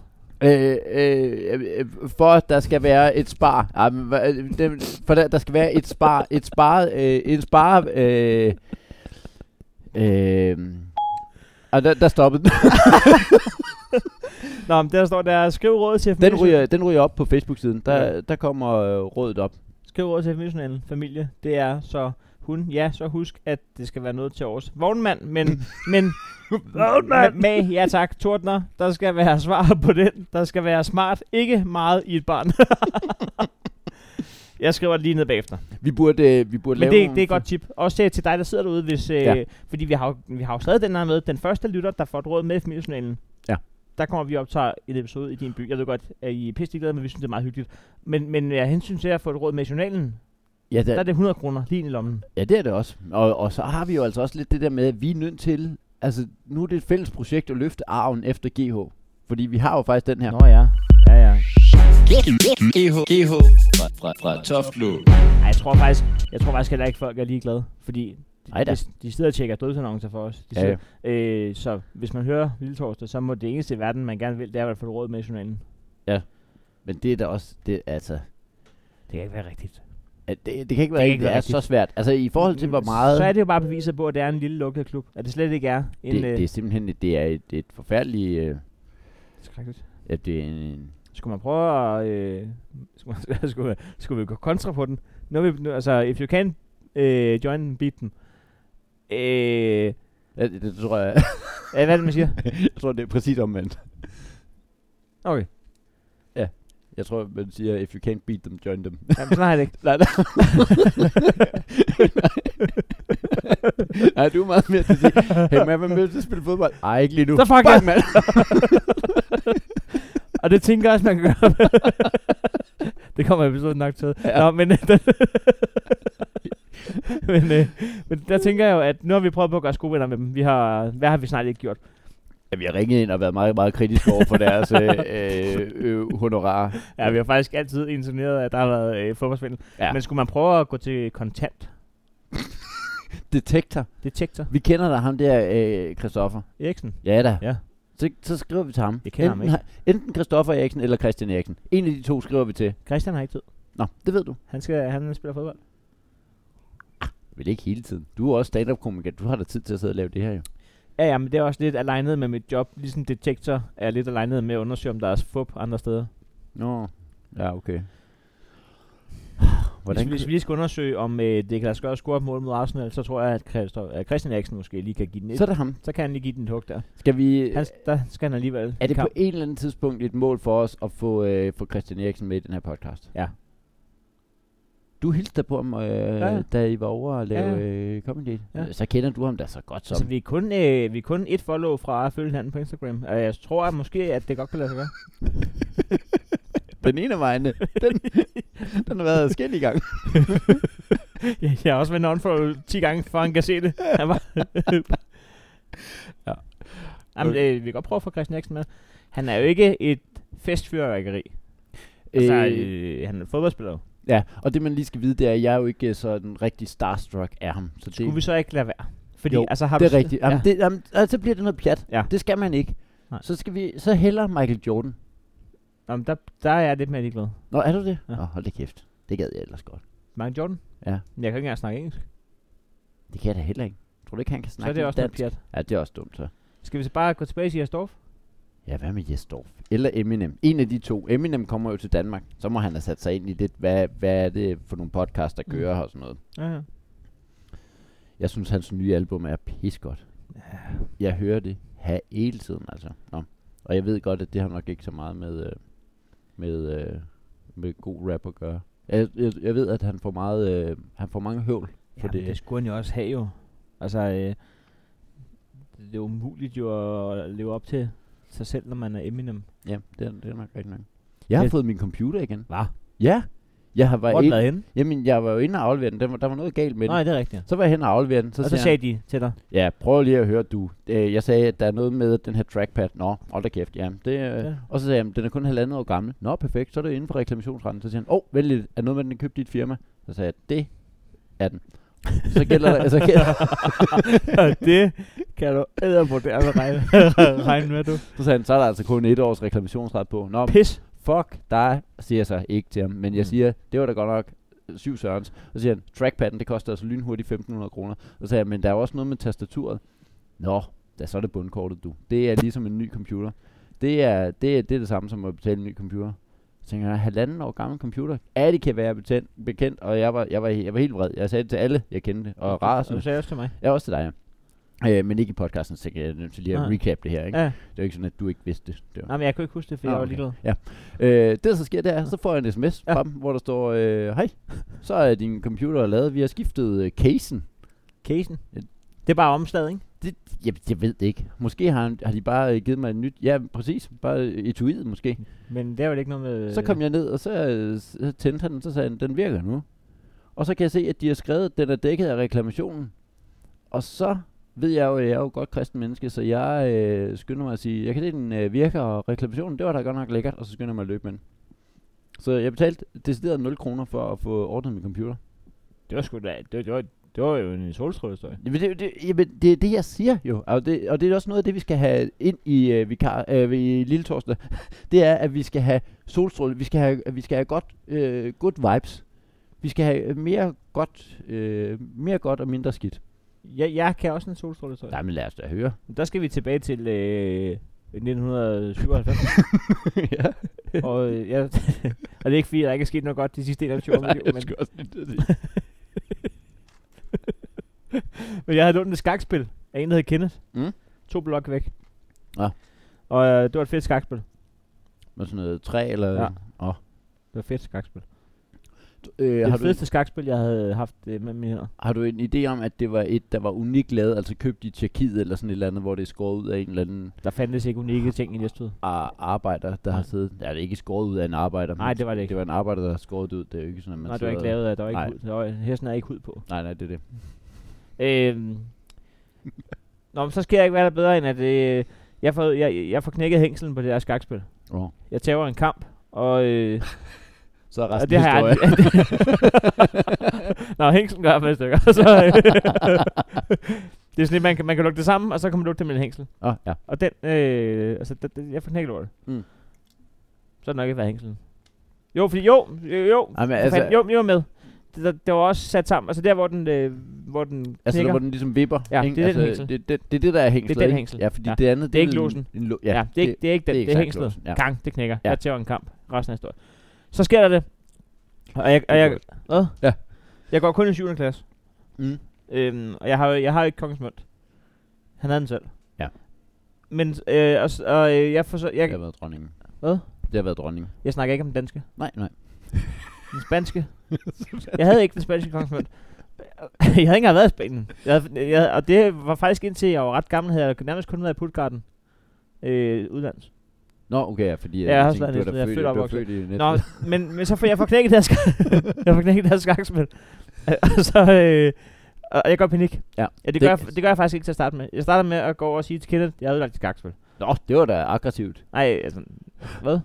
S3: Øh, øh, øh, for at der skal være et spar. Ej, men hvad- øh, det- For der, der skal være et spar. Et spar. Øh, en spar. Øh, øh, og der, der stoppede den.
S2: Nå, men der står der, skriv råd til
S3: Den
S2: familie-
S3: ryger, den ryger op på Facebook-siden. Der, der kommer øh, rådet op.
S2: Skriv råd til familiejournalen, familie. Det er så hun. Ja, så husk, at det skal være noget til års. Vognmand, men... men Vognmand! Med, ja tak, Tortner. Der skal være svar på den. Der skal være smart. Ikke meget i et barn. Jeg skriver det lige ned bagefter.
S3: Vi burde, øh, vi
S2: Men
S3: burde lave
S2: det,
S3: nogle-
S2: det er et godt tip. Også øh, til dig, der sidder derude, hvis, øh,
S3: Ja.
S2: ja. fordi vi har, jo- vi har jo skrevet den her med. Den første lytter, der får et råd med i familiejournalen,
S3: Ja.
S2: der kommer vi og optager et episode i din by. Jeg ved godt, at I er pisse ligeglade, men vi synes, det er meget hyggeligt. Men, men af hensyn til at få et råd med i journalen,
S3: Ja,
S2: der er
S3: der,
S2: det 100 kroner lige ind i lommen.
S3: ja, det er det også. Og, og så har vi jo altså også lidt det der med, at vi er nødt til... Altså, nu er det et fælles projekt at løfte arven efter GH. Fordi vi har jo faktisk den her.
S2: Nå ja. Ja, ja.
S4: GH, GH fra, fra, fra Toftlund.
S2: Ej, jeg tror faktisk, jeg tror faktisk heller ikke, folk er ligeglade. Fordi de,
S3: Ej da.
S2: de, de sidder og tjekker dødsannoncer for os. De
S3: Ja,
S2: sidder, ja. Øh, så hvis man hører Lille Torsdag, så må det eneste i verden, man gerne vil, det er at få et råd med i journalen.
S3: Men det er da også... Det, altså,
S2: Det kan ikke være rigtigt.
S3: at det, det kan ikke være,
S2: kan
S3: det,
S2: ikke
S3: det
S2: være
S3: er
S2: rigtigt. Mm,
S3: så svært. Altså, i forhold til, hvor meget...
S2: Så er det jo bare beviset på, at det er en lille lukket klub. At det slet ikke er en... øh,
S3: det, det er simpelthen et, det er et, et forfærdeligt... Øh,
S2: skrækkeligt.
S3: at det er en, en,
S2: Skulle man prøve at... Øh, skulle, man, skulle, skulle vi gå kontra på den? Nu er vi, nu, altså, if you can øh, join, beat them. Øh,
S3: Ja, det, det tror jeg,
S2: hvad er det, man siger?
S3: jeg tror, det er præcis omvendt.
S2: Okay.
S3: Jeg tror, man siger, if you can't beat them, join them.
S2: Jamen, sådan har jeg det ikke.
S3: nej, nej. nej, du er meget mere til at sige, hey, man, man vil til at spille fodbold. Ej, ikke lige nu.
S2: Så fuck jeg.
S3: mand.
S2: Og det tænker jeg også, man kan gøre. det kommer episoden nok til. Ja. Nå, men, øh, men, øh, men der tænker jeg jo, at nu har vi prøvet på at gøre os gode venner med dem. Vi har, hvad har vi snart ikke gjort?
S3: Ja, vi har ringet ind og været meget, meget kritiske over for deres øh, øh, øh, honorar.
S2: Ja, vi har faktisk altid insinueret, at der har været øh, fodboldsvindel.
S3: Ja.
S2: Ja. Men skulle man prøve at gå til kontant
S3: Detektor.
S2: detektor?
S3: Vi kender da ham der, øh, Christoffer.
S2: Eriksen?
S3: Ja da.
S2: Ja.
S3: Så, så skriver vi til ham.
S2: Jeg kender ham
S3: enten, ikke. Enten Christoffer Eriksen eller Christian Eriksen. En af de to skriver vi til.
S2: Christian har ikke tid.
S3: Nå, det ved du.
S2: Han, skal, han spiller fodbold.
S3: Vel ikke hele tiden. Du er også stand-up-komiker. Du har da tid til at sidde og lave det her jo.
S2: Ja, ja, men det er også lidt alignet med mit job. Ligesom detektor er lidt alignet med at undersøge, om der er fup andre steder.
S3: Nå. Ja, okay.
S2: Hvordan
S3: Hvordan,
S2: hvis, hvis vi lige skal undersøge, om øh, det kan lade sig gøre at score et mål mod Arsenal, så tror jeg, at Christo- øh, Christian Eriksen måske lige kan give den et.
S3: så er
S2: Så, Øh,
S3: det ham.
S2: så kan han lige give den et hug der.
S3: Skal vi...
S2: Han, der skal han alligevel.
S3: er
S2: i
S3: det på
S2: kamp.
S3: et eller andet tidspunkt et mål for os at få, øh, få Christian Eriksen med i den her podcast?
S2: Ja.
S3: Du hilste da på ham, øh, ja.
S2: ja.
S3: da I var over at lave
S2: Ja, ja.
S3: øh, comedy. Ja.
S2: Ja.
S3: Så kender du ham da så godt som.
S2: Altså, vi er kun, øh, vi er kun et follow fra at følge hinanden på Instagram. Og jeg tror at måske, at det godt kan lade sig gøre.
S3: Den ene af vejene, den, den har været sket i gang.
S2: jeg, jeg har også været unfollow 10 gange, for han kan se det. Han var ja. Jamen, øh, vi kan godt prøve at få Christian Eriksen med. Han er jo ikke et festfyrværkeri. Altså, øh, han er fodboldspiller. jo.
S3: Ja, og det man lige skal vide, det er, at jeg er jo ikke øh, sådan rigtig starstruck af ham. Så det,
S2: Skulle vi så ikke lade være? Fordi,
S3: Jo,
S2: altså, har
S3: det
S2: du,
S3: er rigtigt. Jamen,
S2: det,
S3: det, jamen, altså, så bliver det noget pjat.
S2: Ja.
S3: Det skal man ikke.
S2: Nej.
S3: Så skal vi, så heller Michael Jordan.
S2: jamen, der, der er jeg lidt mere ligeglad.
S3: Nå, er du det? Ja.
S2: Ja.
S3: Nå, hold da kæft. Det gad jeg ellers godt.
S2: Michael Jordan?
S3: Ja.
S2: Men jeg kan ikke engang snakke engelsk.
S3: Det kan jeg da heller ikke. Tror du ikke, han kan
S2: Så
S3: snakke
S2: er det også noget
S3: dansk?
S2: pjat.
S3: Ja, det er også dumt, så.
S2: Skal vi så bare gå tilbage til Jastorf?
S3: Ja, hvad med Jesdorf? Eller Eminem. En af de to. Eminem kommer jo til Danmark. Så må han have sat sig ind i lidt, hvad, hvad er det for nogle podcasts, der
S2: Mm.
S3: kører her og sådan noget.
S2: Ja, ja.
S3: Jeg synes, hans nye album er pisgodt. Jeg hører det her hele tiden, altså. Nå. Og jeg ved godt, at det har nok ikke så meget med, øh, med, øh, med god rap at gøre. Jeg, jeg, jeg ved, at han får, meget, øh, han får mange høvl. For
S2: Jamen, det. det skulle han jo også have jo. Altså, øh, det er jo umuligt jo at leve op til sig selv, når man er Eminem.
S3: Ja, det er, det er nok rigtig nok. Jeg har
S2: Ja.
S3: fået min computer igen.
S2: Hva?
S3: Ja. Jeg har
S2: Hvor er
S3: været
S2: den
S3: ind,
S2: været henne?
S3: jamen, jeg var jo inde og aflevere den. Der var, der var noget galt med den.
S2: Nej, det er rigtigt.
S3: Så var jeg hen og afleverede den. Så,
S2: og så
S3: siger han,
S2: sagde de til dig,
S3: ja, prøv lige at høre, du. Øh, jeg sagde, at der er noget med den her trackpad. Nå, hold da kæft, ja. Det, øh, ja.
S2: Ja.
S3: Og så sagde jeg, "Men den er kun halvandet år gammel. Nå, perfekt, så er det inden for reklamationsretten. Så siger han, åh, oh, venligt, er noget med, den er købt i et firma? Så sagde jeg, det er den. så gælder der, så gælder,
S2: og det kan du æder på det at regne, regne med, du.
S3: så sagde han, så er der altså kun et års reklamationsret på. Nå,
S2: Pis.
S3: fuck dig, siger jeg så ikke til ham. Men jeg
S2: Mm.
S3: siger, det var da godt nok øh, syv sørens. Og så siger han, trackpadden, det koster altså lynhurtigt 1.500 kroner. Og så sagde jeg, men der er jo også noget med tastaturet. Nå, da så er det bundkortet, du. Det er ligesom en ny computer. Det er det, er, det, er det samme som at betale en ny computer. Så tænker jeg, halvanden år gammel computer. Ja, det kan være betjent, bekendt, og jeg var, jeg, var, he- jeg var helt vred. Jeg sagde det til alle, jeg kendte, og
S2: Og du
S3: rasende.
S2: sagde også til mig.
S3: Jeg også til dig, ja. Øh, men ikke i podcasten, så jeg er nødt til lige at
S2: Nej.
S3: recap det her, ikke?
S2: Ja.
S3: Det er jo ikke sådan, at du ikke vidste det. Det var
S2: Nej, men jeg kunne ikke huske det, for
S3: Nå,
S2: jeg var
S3: okay.
S2: ligeglad.
S3: Øh, det der så sker, det er, så får jeg en sms ja.
S2: Ja.
S3: frem, hvor der står, øh, hej, så er din computer lavet, vi har skiftet øh, casen.
S2: Casen.
S3: Ja.
S2: Det er bare omslaget, ikke?
S3: Det, jeg, jeg ved det ikke. Måske har, han, har de bare øh, givet mig et nyt, ja præcis, bare øh, etuiet måske.
S2: Men det er jo ikke noget med...
S3: Så kom jeg ned, og så, øh, så tændte han den, så sagde han, den virker nu. Og så kan jeg se, at de har skrevet, at den er dækket af reklamationen. Og så ved jeg jo, at jeg er jo godt kristen menneske, så jeg øh, skynder mig at sige, jeg kan se, at den øh, virker, og reklamationen, det var da godt nok lækkert, og så skynder jeg mig at løbe med den. Så jeg betalte decideret 0 kroner for at få ordnet min computer.
S2: Det var sgu da... Det, det, var, det var jo en solstrømstøj.
S3: Jamen, det, det, jamen, det er det, jeg siger jo. Og det, og det er også noget af det, vi skal have ind i, øh, vikar, øh, i Lille Torsdag. Det er, at vi skal have solstråle. Vi skal have, vi skal have godt, øh, good vibes. Vi skal have mere godt, øh, mere godt og mindre skidt.
S2: Jeg, jeg kan også en solstråletøj.
S3: Nej, men lad os da høre.
S2: Der skal vi tilbage til øh, 1997.
S3: ja,
S2: og, øh, jeg, og det er ikke fordi, der ikke er sket noget godt de sidste 21 år.
S3: Nej,
S2: Men,
S3: jeg skulle også lige til at sige.
S2: Men jeg havde lånt et skakspil af en, der hed Kenneth.
S3: Mm.
S2: To blok væk.
S3: Ja.
S2: Og øh, det var et fedt skakspil. Det
S3: Med sådan noget træ eller...
S2: Ja.
S3: Åh.
S2: var et fedt skakspil.
S3: Øh,
S2: Det
S3: har,
S2: det
S3: du,
S2: fedeste skakspil, jeg havde haft øh, med mine hænder.
S3: har du en idé om, at det var et, der var unikt lavet, altså købt i Tjekkiet eller sådan et eller andet, hvor det er skåret ud af en eller anden
S2: Der fandtes ikke unikke ting i Næstved.
S3: ar- arbejder, der har
S2: Nej.
S3: siddet... Ja, det er ikke skåret ud af en arbejder. men
S2: Nej, det var det ikke.
S3: Det var en arbejder, der har skåret det ud. Det er jo ikke sådan, at man
S2: Nej, det var ikke
S3: sidder-
S2: lavet af, der var ikke
S3: Nej.
S2: hud. Der var, hesten havde ikke hud på.
S3: Nej, nej, det er det.
S2: Øhm. Nå, men så sker jeg ikke være der bedre, end at øh, jeg, får, jeg, jeg får knækket hængselen på det her skakspil.
S3: Oh.
S2: Jeg tager en kamp, og, øh,
S3: Så er
S2: og
S3: resten
S2: det
S3: af
S2: har jeg
S3: historie.
S2: aldrig... Nå, hængselen gør fast stykker. Så, øh, det er sådan lidt, man kan, man kan lukke det sammen, og så kan man lukke det med en hængsel.
S3: Åh, ja.
S2: Og den, øh, altså, d- d- jeg får knækket lortet.
S3: Mm.
S2: Så er det nok ikke været hængselen. Jo, fordi jo, jo, jo,
S3: Ej, men
S2: altså,
S3: altså,
S2: fanden, jo, jo med. Det, der, det var også sat sammen, altså der, hvor den, øh, hvor den knækker.
S3: Altså, der, hvor den ligesom vipper.
S2: Ja,
S3: ikke?
S2: det er den
S3: altså,
S2: hængsel.
S3: Det, det, det, er det, der er hængslet.
S2: den
S3: ikke?
S2: hængsel.
S3: Ja, fordi
S2: Ja.
S3: det andet,
S2: Det er ikke
S3: en-
S2: låsen.
S3: En, lo-
S2: Ja, ja det, er ikke, det er ikke den,
S3: det
S2: det,
S3: er
S2: det er
S3: exakt
S2: hængslet.
S3: låsen, ja.
S2: Ja. Gang, det knækker.
S3: Ja.
S2: Ja. Jeg tager en kamp. Resten af historien. Så sker der det. Og jeg, og jeg, hvad?
S3: Ja.
S2: jeg går kun i 7. klasse.
S3: Mm.
S2: Øhm, og jeg har, jeg har ikke kongens mønt. Han havde den selv.
S3: Ja.
S2: Men, øh, og, s- og øh, jeg, forsøg,
S3: Det
S2: jeg,
S3: har været dronningen.
S2: Hvad?
S3: Det har været dronningen.
S2: jeg snakker ikke om den danske.
S3: Nej, nej.
S2: Den spanske. jeg havde ikke den spanske kongens mønt. jeg havde ikke engang været i Spanien. Jeg havde, jeg, havde- og det var faktisk indtil jeg var ret gammel, havde jeg nærmest kun været i Puttgarden. Øh, udlands.
S3: Nå, okay, ja, fordi øh,
S2: Ja, jeg har også været
S3: tænkte, du
S2: næsten-
S3: da
S2: jeg er
S3: født,
S2: født og
S3: du var
S2: opvokset.
S3: født i Næstved.
S2: Nå, men, men så får jeg får knækket deres, jeg får knækket deres skakspil. Øh, og så, øh, og jeg går i panik.
S3: Ja.
S2: ja det,
S3: Det-
S2: gør jeg, det gør jeg faktisk ikke til at starte med. Jeg starter med at gå over og sige til Kenneth, jeg har ødelagt dit skakspil.
S3: Nå, det var da aggressivt.
S2: Nej, altså, hvad?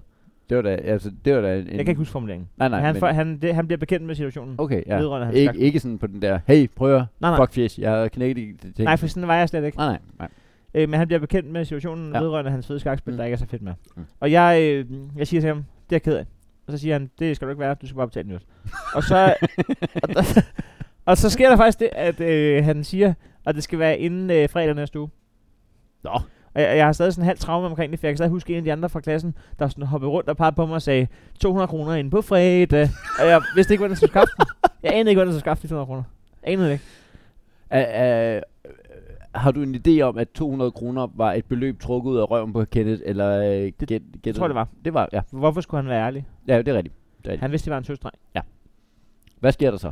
S3: Det var da, altså, det var da en...
S2: Jeg kan ikke huske formuleringen.
S3: Nej, nej,
S2: han,
S3: men,
S2: for, han, det, han bliver bekendt med situationen.
S3: Okay, ja.
S2: vedrørende hans
S3: Ikke,
S2: skak.
S3: ikke sådan på den der, hey, prøv at
S2: Nej, nej.
S3: fuck fish, jeg har knækket i det ting.
S2: Nej, for sådan var jeg slet ikke.
S3: nej, nej, nej.
S2: Øh, men han bliver bekendt med situationen
S3: Ja.
S2: ja. vedrørende hans fede skakspil,
S3: Mm.
S2: mm. der ikke er så fedt med.
S3: Mm.
S2: Mm. Og jeg, øh, jeg siger til ham, det er jeg ked af. Og så siger han, det skal du ikke være, du skal bare betale nyt. og så, og, der, og så sker der faktisk det, at øh, han siger, at det skal være inden øh, fredag næste uge.
S3: Nå.
S2: Og jeg, jeg har stadig sådan halv traume omkring det, for jeg kan stadig huske en af de andre fra klassen, der sådan hoppede rundt og pegede på mig og sagde, 200 kroner ind på fredag. og jeg vidste ikke, hvordan jeg skulle skaffe den. Jeg anede ikke, hvordan jeg skulle skaffe de 200 kroner. Anede det ikke.
S3: Er, er, har du en idé om, at 200 kroner var et beløb trukket ud af røven på Kenneth, eller øh, det, get, get,
S2: tror jeg, det var.
S3: Det var, ja.
S2: Hvorfor skulle han være ærlig?
S3: Ja, det er rigtigt. Det er rigtigt.
S2: Han vidste, det var en søstre.
S3: Hvad sker der så?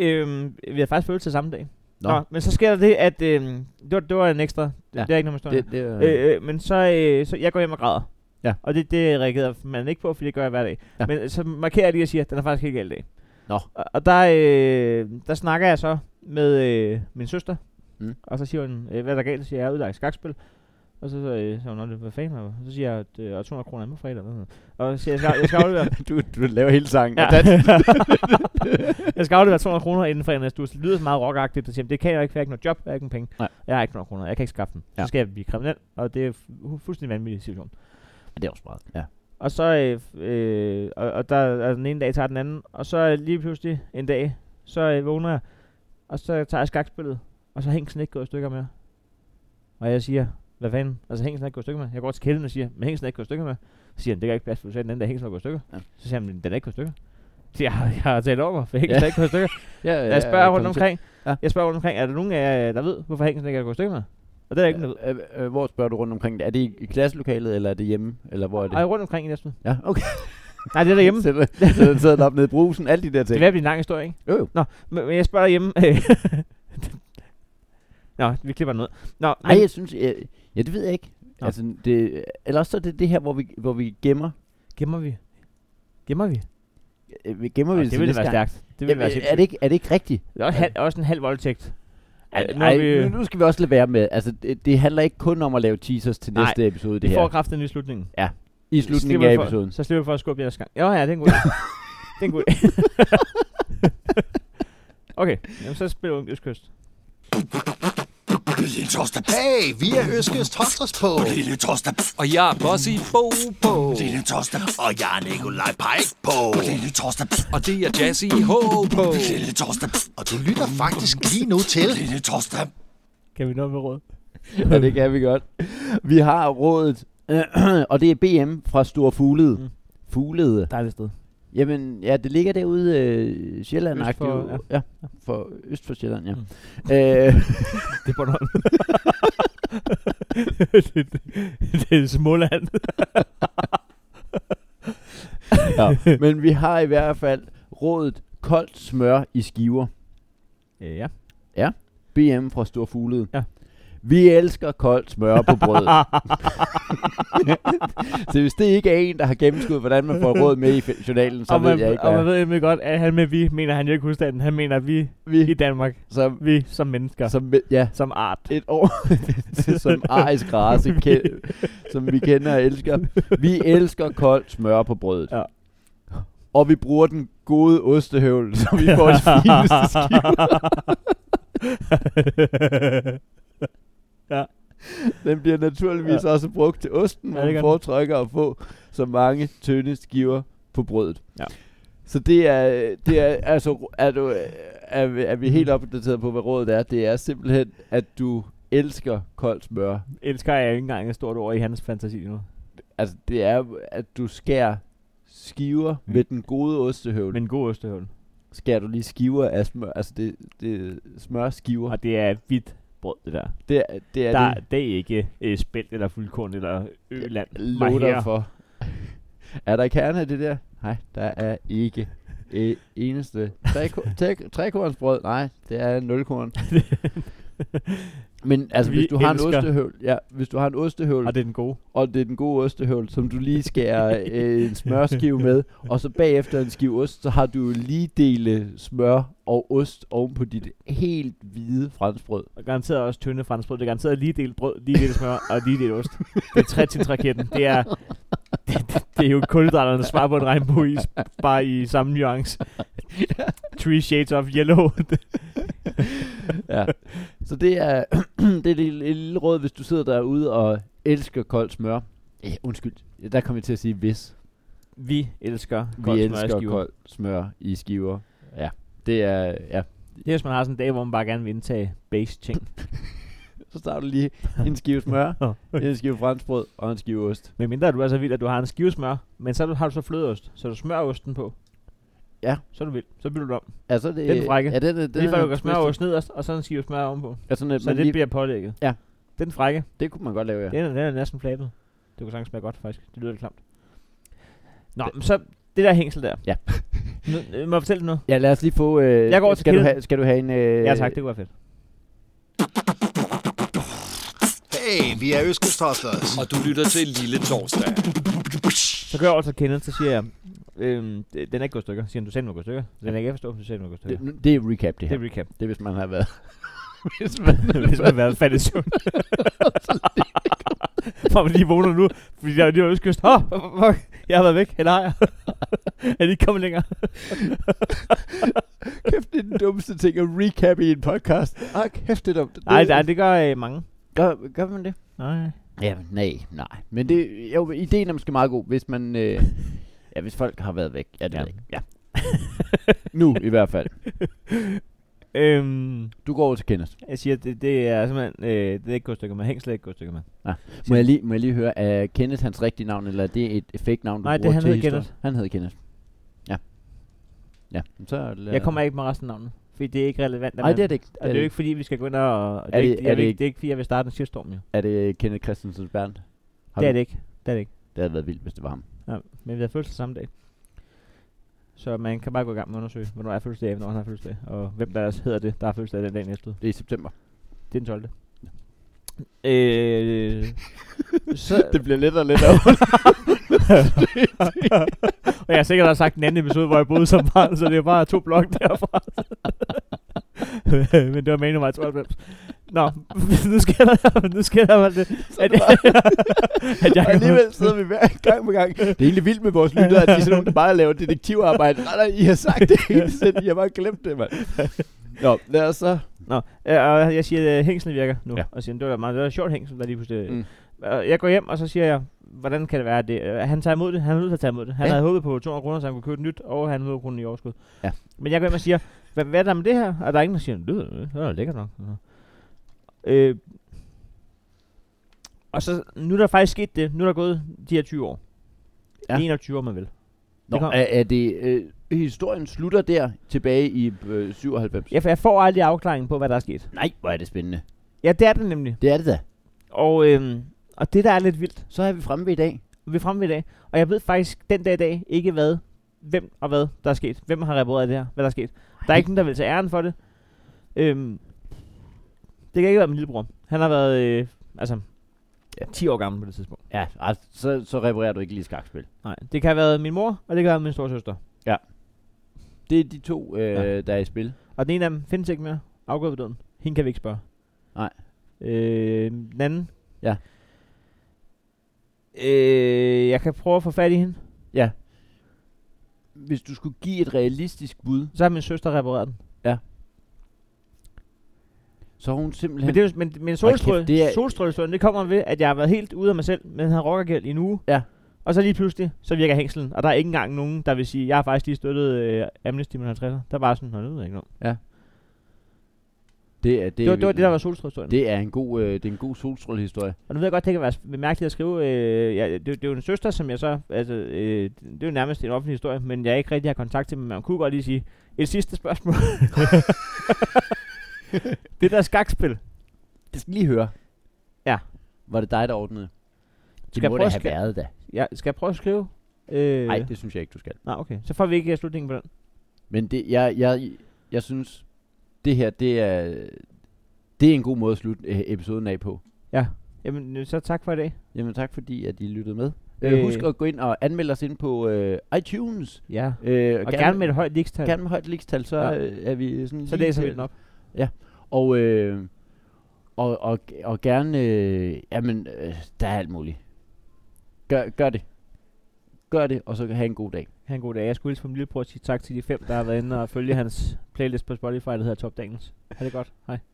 S2: Øhm, vi havde faktisk følt til samme dag.
S3: Nå.
S2: Nå. Nå, men så sker der det, at øhm, det, var, det var en ekstra.
S3: Ja.
S2: Ja. Det er ikke noget med
S3: Det,
S2: det,
S3: det, øh,
S2: øh, øh, Men så, øh, så jeg går hjem og græder.
S3: Ja.
S2: Og det, det reagerede man ikke på, fordi det gør jeg hver dag.
S3: Ja.
S2: Ja. Men så markerer jeg lige og siger, at den er faktisk helt galt i dag.
S3: Nå.
S2: Og, og der, øh, der snakker jeg så med øh, min søster.
S3: Mm.
S2: Mm. Og så siger hun, øh, hvad er der galt? Så siger jeg, jeg er udlagt i skakspil. Og så, så, øh, så er hun, "Nå, det- hvad fanden er det?" Så siger jeg, at øh, og 200 kroner er med fredag. eller sådan noget. Og så siger jeg, jeg skal, jeg skal aflevere
S3: du, du laver hele sangen.
S2: Ja.
S3: og dansen.
S2: jeg skal aflevere 200 kroner inden for næste uge, så det lyder så meget rockagtigt. at sige, "Men Det kan jeg ikke, for jeg har ikke noget job, jeg har ikke nogen penge.
S3: Nej.
S2: Jeg har ikke 200 kroner, jeg kan ikke skaffe dem.
S3: Ja.
S2: Så skal jeg blive kriminel, og det er fu- fuldstændig vanvittig situation.
S3: Ja, det er også meget. Ja.
S2: Og så, øh, f- øh, og, og der er den ene dag tager den anden, og så øh, lige pludselig en dag, så øh, vågner jeg, og så tager jeg skakspillet, og så er hængsen ikke gået i stykker mere. Og jeg siger, hvad fanden, altså hængsen er ikke gået i stykker mere. Jeg går til kælden og siger, men hængsen er ikke gået i stykker mere. Så siger han, det kan ikke passe, for du sagde den anden dag, hængsen var gået i stykker.
S3: Ja.
S2: Ja. Så siger han, "Men den er ikke gået i stykker. Så siger jeg, jeg har talt over mig, for hængsen
S3: Ja.
S2: er ikke gået i stykker.
S3: Ja,
S2: Jeg spørger rundt omkring.
S3: Ja.
S2: Ja. Jeg spørger rundt omkring, er der nogen af jer, der ved, hvorfor hængsen ikke er gået i stykker med? Og det er der ikke nogen, der
S3: Øh, øh, øh, hvor spørger du rundt omkring det? Er det i, i klasselokalet, eller er det hjemme? Eller hvor er
S2: ved.
S3: det?
S2: Ej, rundt omkring i næsten.
S3: ja, okay.
S2: Nej, det er derhjemme.
S3: Sætter, sætter, sætter den op nede i brusen, alle de der
S2: Det er
S3: ting.
S2: ved at blive en lang historie, ikke?
S3: Jo, jo.
S2: Nå, men, men jeg spørger derhjemme. Nå, vi klipper den ud. Nå,
S3: Nej,
S2: men,
S3: jeg synes... Jeg, ja, det ved jeg ikke.
S2: Nå.
S3: Altså, det, eller også så er det det her, hvor vi, hvor vi gemmer.
S2: gemmer vi? Gemmer vi?
S3: øh, Vi gemmer
S2: Nå,
S3: vi
S2: det ville være
S3: stærkt.
S2: stærkt. Det
S3: Det
S2: ville være
S3: er,
S2: sindssygt.
S3: det ikke, er det ikke rigtigt?
S2: Det er også, hal- også en halv voldtægt.
S3: Ej,
S2: nu har vi,
S3: nu, nu skal vi også lade være med. Altså, det, det handler ikke kun om at lave teasers til
S2: Nej,
S3: næste episode, det
S2: vi får
S3: her.
S2: kraften i slutningen.
S3: I
S2: Så slipper
S3: slutningen af
S2: vi for-
S3: episoden.
S2: Så slipper vi for at skubbe jeres gang. Jo, ja, det er en god idé. det er en god idé. okay, jamen, så spiller vi Østkyst.
S1: Lille torsdag. Hey, vi er Øskes Torsdags på. Lille torsdag.
S6: Og jeg er Bossy Bo på.
S1: Lille torsdag. Og jeg er Nikolaj Pajk på. Lille torsdag.
S6: Og det er Jazzy H på.
S1: Lille torsdag. Og du lytter faktisk lige nu til. Lille torsdag.
S2: Kan vi nå med råd?
S3: Ja, det kan vi godt. Vi
S2: Mm.
S3: har rådet, og det er BM fra Store Fuglede. Fuglede.
S2: Dejligt sted.
S3: Jamen, ja, det ligger derude øh, Sjælland.
S2: Øst for-
S3: ja. ja. for øst for Sjælland, ja. Mm. Øh,
S2: Det er Bornholm. det, det, det er Småland.
S3: ja. Men vi har i hvert fald rådet koldt smør i skiver.
S2: Ja.
S3: BM fra Stor Fuglede.
S2: Ja.
S3: Vi elsker koldt smør på brød. så hvis det ikke er en, der har gennemskuet, hvordan man får råd med i fe- journalen, så
S2: og,
S3: ved
S2: man,
S3: jeg ikke,
S2: og man
S3: hvad.
S2: ved nemlig godt, at han med vi mener han jo ikke husstanden. Han mener vi, vi i
S3: Vi,
S2: Danmark.
S3: som,
S2: Vi som mennesker. Som,
S3: som, ja,
S2: som art.
S3: et år, som arisk race, ke- som vi kender og elsker. Vi elsker koldt smør på brødet.
S2: Ja.
S3: Og vi bruger den gode ostehøvl, så vi får det fineste skiver. Den bliver naturligvis også brugt til osten,
S2: Ja,
S3: hvor
S2: det
S3: man
S2: gør den.
S3: foretrækker at få så mange tynde skiver på brødet.
S2: Ja.
S3: Så det er, det er altså, er, du, er, vi- er vi helt opdateret på, hvad rådet er? Det er simpelthen, at du elsker koldt smør.
S2: Elsker jeg ikke engang et stort ord i hans fantasi nu.
S3: Altså, det er, at du skærer skiver
S2: Mm.
S3: med den gode ostehøvl. Men
S2: Men god Østehøvl.
S3: skærer du lige skiver af smør, altså det, det smørskiver.
S2: Og det er et hvidt brød, det der.
S3: Det, er- det er
S2: Ja, der,
S3: det,
S2: det. det er ikke øh, spelt eller fuldkorn eller øland.
S3: loder for. er der kerne af det der? Nej, der er ikke et eneste. Treko- tre- Trekornsbrød? Nej, det er nulkorn. Men altså,
S2: Vi
S3: hvis du har en
S2: elsker-
S3: ostehøvl, ja, hvis du har en ostehøvl,
S2: Og det er den gode.
S3: og det er den gode ostehøvl, som du lige skærer øh, en smørskive med, og så bagefter en skive ost, så har du jo lige dele smør og ost oven på dit helt hvide franskbrød.
S2: Og garanteret også tynde franskbrød. Det er garanteret lige del brød, lige del smør og lige del ost. Det er trætinsraketten. Det er, det, det, det er jo kulhydraternes svar på en regnbueis, bare i samme nuance. Three shades of yellow.
S3: Ja. Så det er, det er det lille, lille råd, hvis du sidder derude og elsker koldt smør. Eh, undskyld, der kom jeg til at sige hvis.
S2: Vi elsker
S3: Vi
S2: koldt
S3: elsker
S2: smørskiver.
S3: koldt smør i skiver. Ja, det er, ja.
S2: Det er, hvis man har sådan en dag, hvor man bare gerne vil indtage base ting.
S3: Så starter du lige en skive smør, en skive franskbrød og en skive ost.
S2: Men mindre du er så vild, at du har en skive smør, men så har du så flødeost, så du smører osten på.
S3: Ja.
S2: Så er du vild. Så bytter du om.
S3: Altså, det,
S2: Den frække.
S3: Ja, den, er- den,
S2: Det er før
S3: er
S2: du kan smøre
S3: twistet.
S2: ost nederst, og så en skive smør ovenpå.
S3: Ja, sådan, at
S2: Så
S3: man
S2: det
S3: lige-
S2: bliver pålægget.
S3: Ja.
S2: Den frække.
S3: Det kunne man godt lave, ja.
S2: Den er, den er næsten flabet. Det kunne sagtens smage godt, faktisk. Det lyder lidt klamt. Nå, men så det der hængsel der.
S3: Ja.
S2: nu, øh, må jeg fortælle det nu?
S3: Ja, lad os lige få... Øh,
S2: Jeg går til
S3: skal, du
S2: kilden.
S3: have, skal du have en... Øh,
S2: Ja tak, det kunne være fedt.
S1: Hey, vi er Øskustoftlers.
S6: Og du lytter til Lille Torsdag.
S2: Så kører jeg over til Kenneth, så siger jeg, øhm, det- den er ikke gået i stykker. Så siger han, du sagde, den var gået i stykker. Den er ikke jeg forstår, du sagde, den var gået i stykker. Det,
S3: det, det er recap, det her.
S2: det
S3: Det,
S2: er recap.
S3: det er, hvis man har været... hvis man,
S2: Hvis man har været fat i søvn. Får man lige vågner nu, fordi der er lige østkyst. Åh, oh, fuck, jeg har været væk, eller har jeg? er de ikke kommet længere?
S3: kæft, det er den dummeste ting at recap i en podcast. Ah, kæft, det er dumt.
S2: Nej, nej, det gør øh, mange.
S3: Gør, gør man det?
S2: Nej.
S3: Ja, nej, nej. Men det, jo, ideen er måske meget god, hvis man... Øh, ja, hvis folk har været væk. Ja, det
S2: Ja.
S3: ja. Ved jeg ikke. Ja. nu i hvert fald.
S2: Øhm,
S3: Du går over til Kenneth.
S2: Jeg siger, det, det er simpelthen, øh, det er ikke gået i stykker med. Hængsel er ikke gået i stykker med.
S3: Må jeg lige, må jeg lige høre, er Kenneth hans rigtige navn, eller er det et fake navn, du
S2: Nej, det-
S3: bruger
S2: han
S3: til
S2: hedder
S3: historien?
S2: Kenneth.
S3: Han hedder Kenneth. Ja. Ja, men så lad...
S2: Jeg kommer ikke med resten af navnet, fordi det er ikke relevant. at
S3: Nej,
S2: man-
S3: det er det ikke.
S2: Og det er jo ikke, fordi vi skal gå ind og... og det
S3: Er
S2: er,
S3: det-
S2: ikke, jeg
S3: er
S2: er
S3: det
S2: det, ikke,
S3: ikke-
S2: det er ikke, fordi jeg vil starte en shitstorm, jo.
S3: Er det Kenneth Christensen Berndt? Har
S2: Det er
S3: du-
S2: det ikke. Det er det ikke.
S3: Det havde været vildt, hvis det var ham.
S2: Ja, men vi har fødselsdag samme dag. Så man kan bare gå i gang med at undersøge, hvornår er fødselsdag, hvornår han har fødselsdag, og hvem der hedder det, der har fødselsdag den dag næste uge.
S3: Det er i september.
S2: Det er den 12. Øh, så,
S3: Det bliver lidt og lidt af.
S2: og jeg har sikkert også sagt den anden episode, hvor jeg boede som barn, så det er bare to blok derfra. Men det var meningen, at jeg 92. Nå, nu sker der, nu sker der bare det, at, at jeg
S3: og alligevel sidder vi hver gang på gang. Det er egentlig vildt med vores lyttere, at de er sådan nogle, der bare laver detektivarbejde. Nej, nej, I har sagt det hele tiden. I har bare glemt det, mand. Nå, lad os så.
S2: Nå, øh, og jeg siger, at hængslen virker nu.
S3: Ja.
S2: Ja. Og siger, det var da meget det var et sjovt hængsel, der lige pludselig...
S3: Mm.
S2: Mm. Og jeg går hjem, og så siger jeg, hvordan kan det være, at det, øh, han tager imod det? Han er nødt til at tage imod det. Han ja.
S3: Ja.
S2: havde håbet på 200 kroner, så han kunne købe et nyt, og han 100 kroner i overskud.
S3: Ja.
S2: Men jeg går hjem og siger, hvad, hvad er der med det her? Og der er ingen, der siger, det lyder, det lyder lækkert nok. Øh, og så, nu er der faktisk sket det. Nu er der gået de her 20 år.
S3: Ja.
S2: Ja. 21 år, man vil.
S3: Nå,
S2: kom.
S3: er, er det... Øh, historien slutter der tilbage i øh, 97.
S2: Jeg, jeg får aldrig afklaringen på, hvad der er sket.
S3: Nej, hvor er det spændende.
S2: Ja, det er den nemlig.
S3: Det er det da.
S2: Og, øhm, og det, der er lidt vildt,
S3: Så er vi fremme ved i dag.
S2: vi er fremme ved i dag, og jeg ved faktisk den dag i dag ikke hvad, hvem og hvad der er sket. Hvem har repareret det her, hvad der er sket. Der er ikke nogen, der vil tage æren for det. Øhm, det kan ikke være min lillebror. Han har været, øh, altså, ja. 10 år gammel på det tidspunkt.
S3: Ja, ej, så, så reparerer du ikke lige skakspil.
S2: Nej, det kan have været min mor, og det kan have været min storsøster.
S3: Det er de to, øh,
S2: Ja.
S3: der er i spil.
S2: Og den ene af dem findes ikke mere. Afgået ved døden. Hende kan vi ikke spørge.
S3: Nej.
S2: Øh, den anden.
S3: Ja.
S2: Øh, jeg kan prøve at få fat i hende.
S3: Hvis du skulle give et realistisk bud,
S2: Så har min søster repareret den.
S3: så har hun simpelthen...
S2: Men, det er, jo- men, men
S3: Mm. Hold kæft,
S2: solstrø,
S3: det
S2: det
S3: er-
S2: er... solstrøhistorien, det kommer ved, at jeg har været helt ude af mig selv med den her rockergæld i en uge.
S3: Ja.
S2: Og så lige pludselig, så virker hængselen. Og der er ikke engang nogen, der vil sige, jeg har faktisk lige støttet øh, Amnesty med 50'er. Der var sådan, "Nå, det ved jeg ikke noget.
S3: det, er, det,
S2: Det, var, det, var
S3: vildt.
S2: det, der var solstrøhistorien.
S3: Det er en god, øh, det er en god solstrålehistorie.
S2: Og nu ved jeg godt, det kan være s- mærkeligt at skrive. Øh, ja, det, det er jo en søster, som jeg så... Altså, øh, det er jo nærmest en offentlig historie, men jeg ikke rigtig har kontakt til, men man kunne godt lige sige... Et sidste spørgsmål. det der skakspil.
S3: Det skal lige høre.
S2: Ja.
S3: Var det dig, der ordnede? Det
S2: Skal jeg
S3: må
S2: prøve
S3: det
S2: at
S3: have
S2: sk-
S3: været da.
S2: Ja, skal jeg prøve at skrive? Øh,
S3: Nej, det synes jeg ikke, du skal.
S2: Nej, okay. Så får vi ikke øh, slutningen på den.
S3: Men det, jeg, jeg, jeg synes, det her, det er, det er en god måde at slutte øh, episoden af på.
S2: Jamen, øh, så tak for i dag.
S3: Jamen tak, fordi at I lyttede med. Øh, husk at gå ind og anmelde os ind på øh, iTunes.
S2: Ja.
S3: Øh,
S2: Og gerne, gerne med et højt likstal.
S3: gerne med højt likstal, så
S2: Ja.
S3: øh, er vi sådan
S2: Så
S3: lige
S2: læser vi
S3: til-
S2: den op.
S3: Og, øh, og, og, og gerne, øh, jamen, øh, der er alt muligt. Gør, gør det. Gør det, og så have en god dag.
S2: Ha' en god dag. Jeg skulle hilse på min lillebror og sige tak til de fem, der har været inde og følge hans playlist på Spotify, der hedder Top Daniels. Ha' det godt. Hej.